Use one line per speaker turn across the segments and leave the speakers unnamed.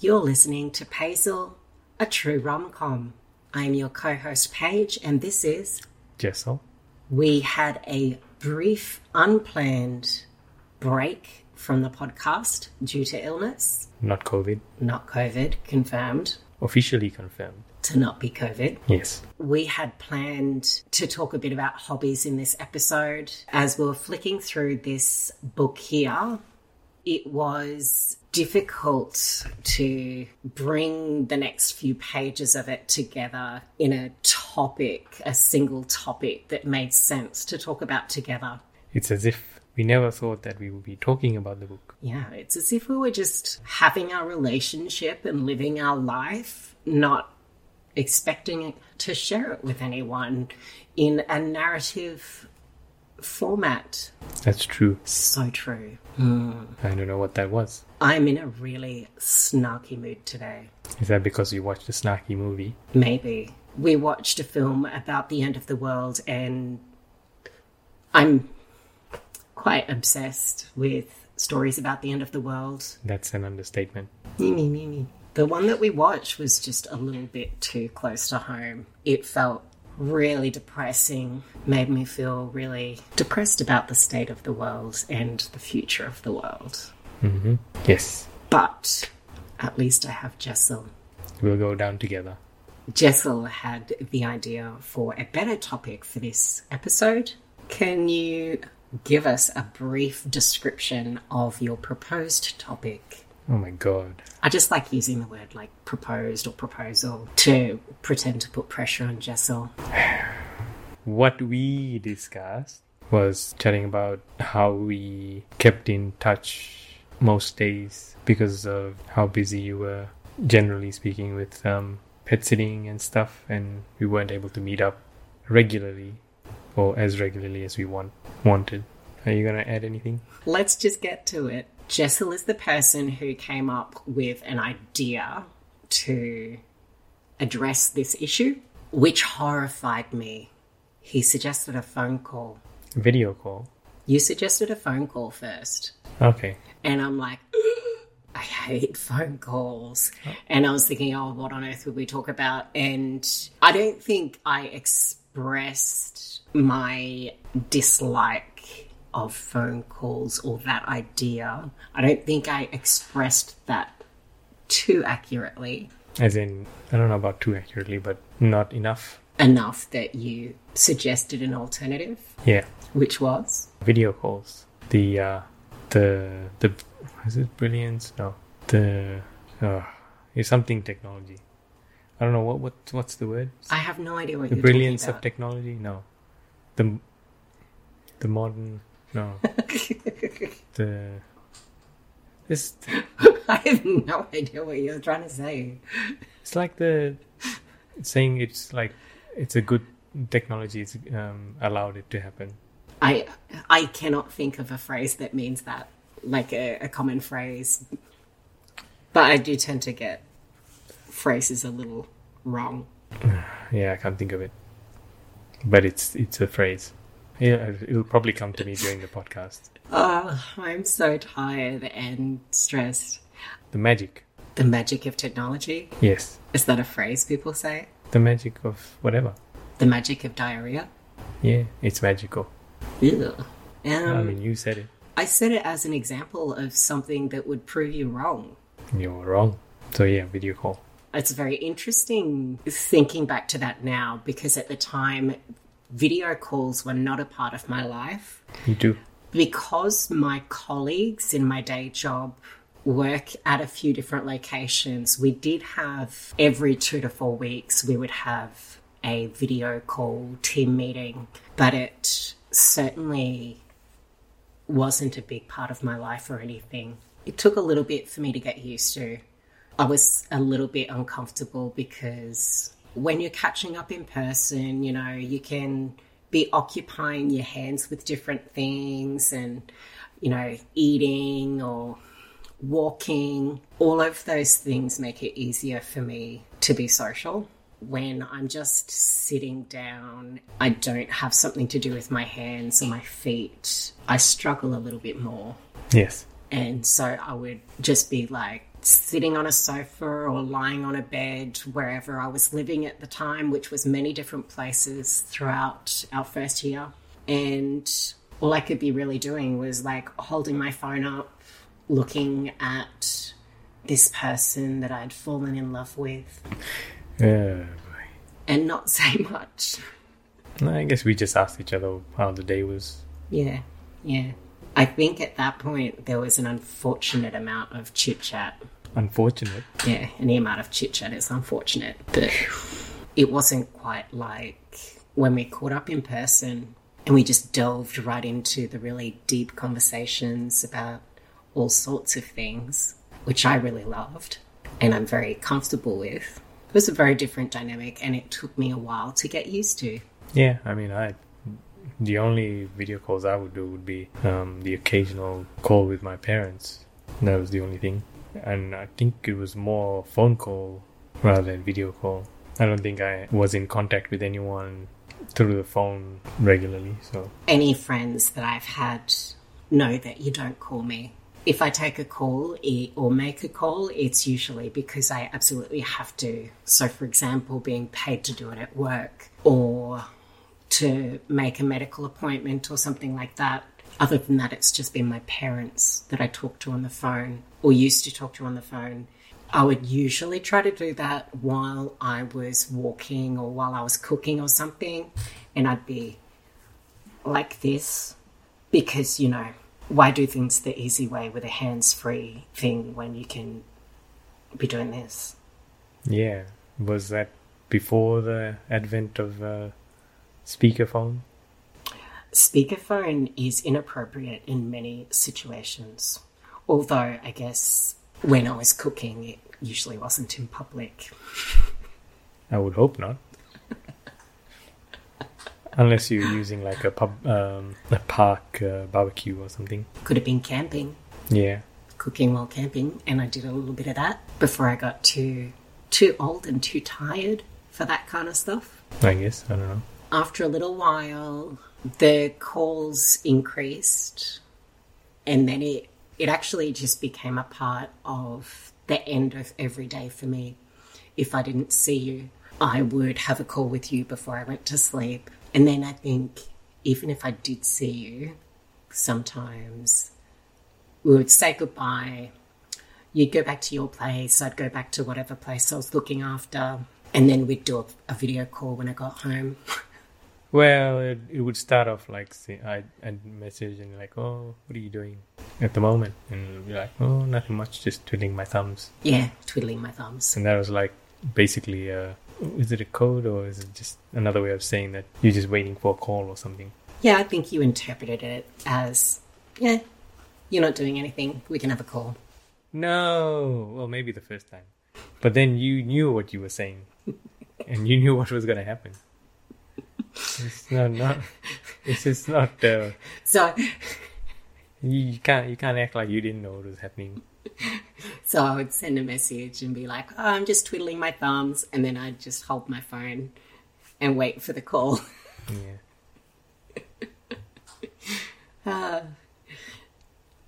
You're listening to Paisel, a true rom com. I'm your co host, Paige, and this is
Jessel.
we had a brief, unplanned break from the podcast due to illness.
Not COVID.
Not COVID, confirmed
Officially confirmed.
to not be COVID.
Yes.
We had planned to talk a bit about hobbies in this episode. As we were flicking through this book here, it was difficult to bring the next few pages of it together in a topic, a single topic that made sense to talk about together.
It's as if we never thought that we would be talking about the book.
Yeah, it's as if we were just having our relationship and living our life, not expecting to share it with anyone in a narrative format.
That's true.
So true.
I don't know what that was.
I'm in a really snarky mood today.
Is that because you watched a snarky movie?
Maybe. We watched a film about the end of the world, and I'm quite obsessed with stories about the end of the world.
That's an understatement.
Me, me, me, me. The one that we watched was just a little bit too close to home. It felt really depressing, made me feel really depressed about the state of the world and the future of the world.
Yes.
But at least I have Jessel.
We'll go down together.
Jessel had the idea for a better topic for this episode. Can you give us a brief description of your proposed topic?
Oh my god.
I just like using the word like proposed or proposal to pretend to put pressure on Jessel.
What we discussed was chatting about how we kept in touch most days because of how busy you were, generally speaking, with um, pet sitting and stuff, and we weren't able to meet up regularly or as regularly as we want wanted. Are you gonna add anything?
Let's just get to it. Jessel is the person who came up with an idea to address this issue, which horrified me. He suggested a phone call.
Video call.
You suggested a phone call first.
Okay.
And I'm like, I hate phone calls. And I was thinking, oh, what on earth would we talk about? And I don't think I expressed my dislike of phone calls or that idea. I don't think I expressed that too accurately
As in, I don't know about too accurately, but not enough.
enough that you suggested an alternative,
Yeah.
which was
video calls. The uh, the the is it brilliance? No, the uh, it's something technology. I don't know what what what's the word.
I have no idea what
The
you're
brilliance
talking
of technology. No, the the modern. No, the this
about. I have no idea what you're trying to say.
it's like the saying it's like it's a good technology. It's um, allowed it to happen.
I I cannot think of a phrase that means that, like a, a common phrase. But I do tend to get phrases a little wrong.
Yeah, I can't think of it, but it's it's a phrase. Yeah, it'll probably come to me during the podcast.
Oh, I'm so tired and stressed.
The magic.
The magic of technology
Yes.
is that a phrase people say?
The magic of whatever.
The magic of diarrhea.
Yeah, it's magical.
Ew.
I
Um,
mean, you said it.
I said it as an example of something that would prove you wrong.
You were wrong. So yeah, video call.
It's very interesting thinking back to that now because at the time, video calls were not a part of my life.
You do.
Because my colleagues in my day job work at a few different locations, we did have every two to four weeks, we would have a video call team meeting, but it certainly wasn't a big part of my life or anything. It took a little bit for me to get used to. I was a little bit uncomfortable because when you're catching up in person, you know, you can be occupying your hands with different things and, you know, eating or walking. All of those things make it easier for me to be social. When I'm just sitting down, I don't have something to do with my hands or my feet. I struggle a little bit more.
Yes.
And so I would just be like sitting on a sofa or lying on a bed wherever I was living at the time, which was many different places throughout our first year. And all I could be really doing was like holding my phone up, looking at this person that I'd fallen in love with,
Yeah.
and not say much.
I guess we just asked each other how the day was.
Yeah, yeah. I think at that point there was an unfortunate amount of chit chat.
Unfortunate.
Yeah, any amount of chit chat is unfortunate, but it wasn't quite like when we caught up in person and we just delved right into the really deep conversations about all sorts of things, which I really loved and I'm very comfortable with. It was a very different dynamic and it took me a while to get used to.
Yeah, I mean, I the only video calls I would do would be um, the occasional call with my parents. That was the only thing, and I think it was more phone call rather than video call. I don't think I was in contact with anyone through the phone regularly. So
any friends that I've had know that you don't call me. If I take a call i- or make a call, it's usually because I absolutely have to. So, for example, being paid to do it at work or to make a medical appointment or something like that. Other than that, it's just been my parents that I talk to on the phone or used to talk to on the phone. I would usually try to do that while I was walking or while I was cooking or something, and I'd be like this because you know why do things the easy way with a hands free thing when you can be doing this
yeah, was that before the advent of uh, speakerphone?
speakerphone is inappropriate in many situations although i guess when i was cooking it usually wasn't in public
I would hope not. Unless you're using like a pub, um, a park uh, barbecue or something.
could have been camping
Yeah.
cooking while camping and i did a little bit of that before i got too too old and too tired for that kind of stuff
I guess. I don't know.
after a little while, the calls increased, and then it it actually just became a part of the end of every day for me. If I didn't see you, I would have a call with you before I went to sleep, and then I think even if I did see you, sometimes we would say goodbye. You'd go back to your place, I'd go back to whatever place I was looking after, and then we'd do a, a video call when I got home.
Well, it, it would start off like say, I I'd message and like, oh, what are you doing at the moment? And it'll be like, oh, nothing much, just twiddling my thumbs.
Yeah, twiddling my thumbs.
And that was like basically, uh, is it a code or is it just another way of saying that you're just waiting for a call or something?
Yeah, I think you interpreted it as, yeah, you're not doing anything. We can have a call.
No. Well, maybe the first time. But then you knew what you were saying. and you knew what was going to happen. It's not, not it's just not uh,
So,
you, you can't you can't act like you didn't know what was happening.
so I would send a message and be like, oh, I'm just twiddling my thumbs, and then I'd just hold my phone and wait for the call.
Yeah.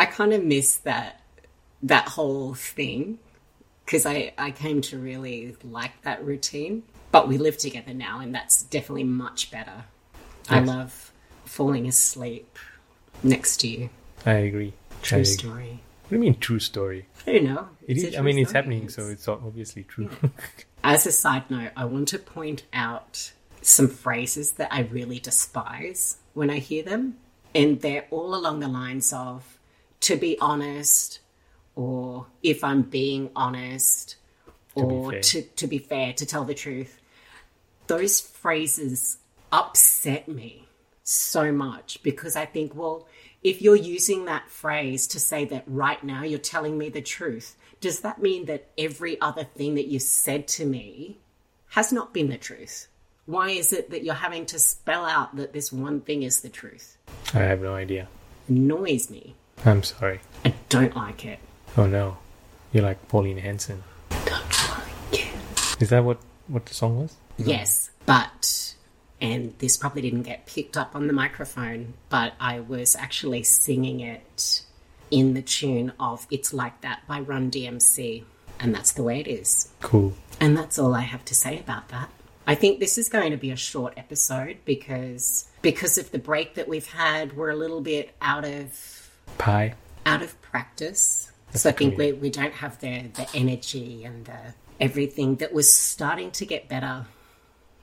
I kind of miss that that whole thing because I I came to really like that routine. But we live together now, and that's definitely much better. I
Yes.
love falling asleep next to you.
I agree. I
True
agree.
story.
What do you mean true story?
I don't know.
It
It's
is
a
I mean
true
it's
story.
happening so it's o- obviously true.
As a side note, I want to point out some phrases that I really despise when I hear them, and they're all along the lines of "to be honest," or "if I'm being honest,"
be
or
fair.
to, "to be fair," "to tell the truth." Those phrases upset me so much because I think, well, if you're using that phrase to say that right now you're telling me the truth, does that mean that every other thing that you've said to me has not been the truth? Why is it that you're having to spell out that this one thing is the truth?
I have no idea.
Annoys me.
I'm sorry.
I don't like it.
Oh no. You're like Pauline Hanson.
Don't like it.
Is that what what the song was?
Yes, but, and this probably didn't get picked up on the microphone, but I was actually singing it in the tune of It's Like That by Run DMC. And that's the way it is.
Cool.
And that's all I have to say about that. I think this is going to be a short episode because because of the break that we've had, we're a little bit out of
Pie.
out of practice. so I think we, we don't have the, the energy and the everything that was starting to get better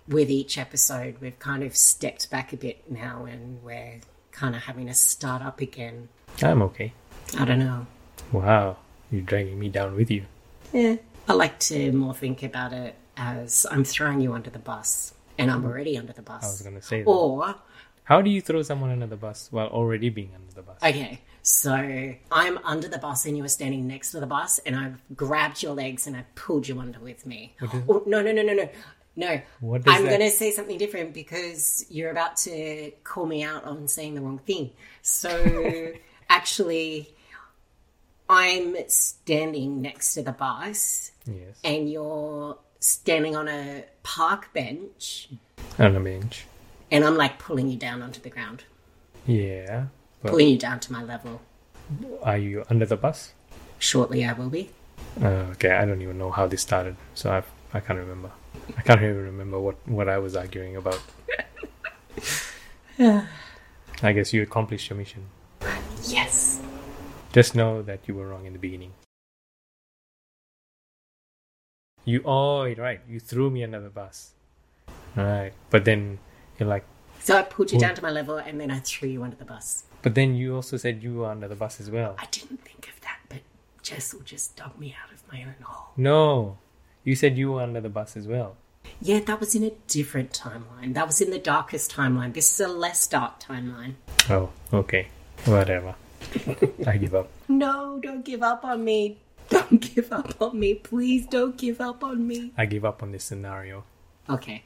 with each episode. We've kind of stepped back a bit now and we're kind of having to start up again.
I'm okay.
I don't know.
Wow. You're dragging me down with you.
Yeah. I like to more think about it as I'm throwing you under the bus and I'm already under the bus.
Mm-hmm. I was going to say that.
or
How do you throw someone under the bus while already being under the bus?
Okay. So I'm under the bus and you were standing next to the bus and I've grabbed your legs and I pulled you under with me. Oh, no, no, no, no, no. No.
What does
I'm
that-
going to say something different because you're about to call me out on saying the wrong thing. So actually, I'm standing next to the bus
Yes.
and you're standing on a park bench
On a bench.
and I'm like pulling you down onto the ground,
Yeah. But
pulling you down to my level.
are you under the bus?
Shortly, I will be.
Uh, okay, I don't even know how this started, so I I can't remember. I can't even remember what what I was arguing about. I guess you accomplished your mission.
Yes.
Just know that you were wrong in the beginning. You oh right, you threw me another bus. Right, but then you're like,
So I pulled you
Or-
down to my level and then I threw you under the bus.
but then you also said you were under the bus as well.
I didn't think of that, but Jess will just dug me out of my own hole.
No, you said you were under the bus as well.
Yeah, that was in a different timeline. That was in the darkest timeline. This is a less dark timeline.
Oh, okay, whatever. I give up.
No, don't give up on me. Don't give up on me. Please don't give up on me.
I give up on this scenario.
Okay.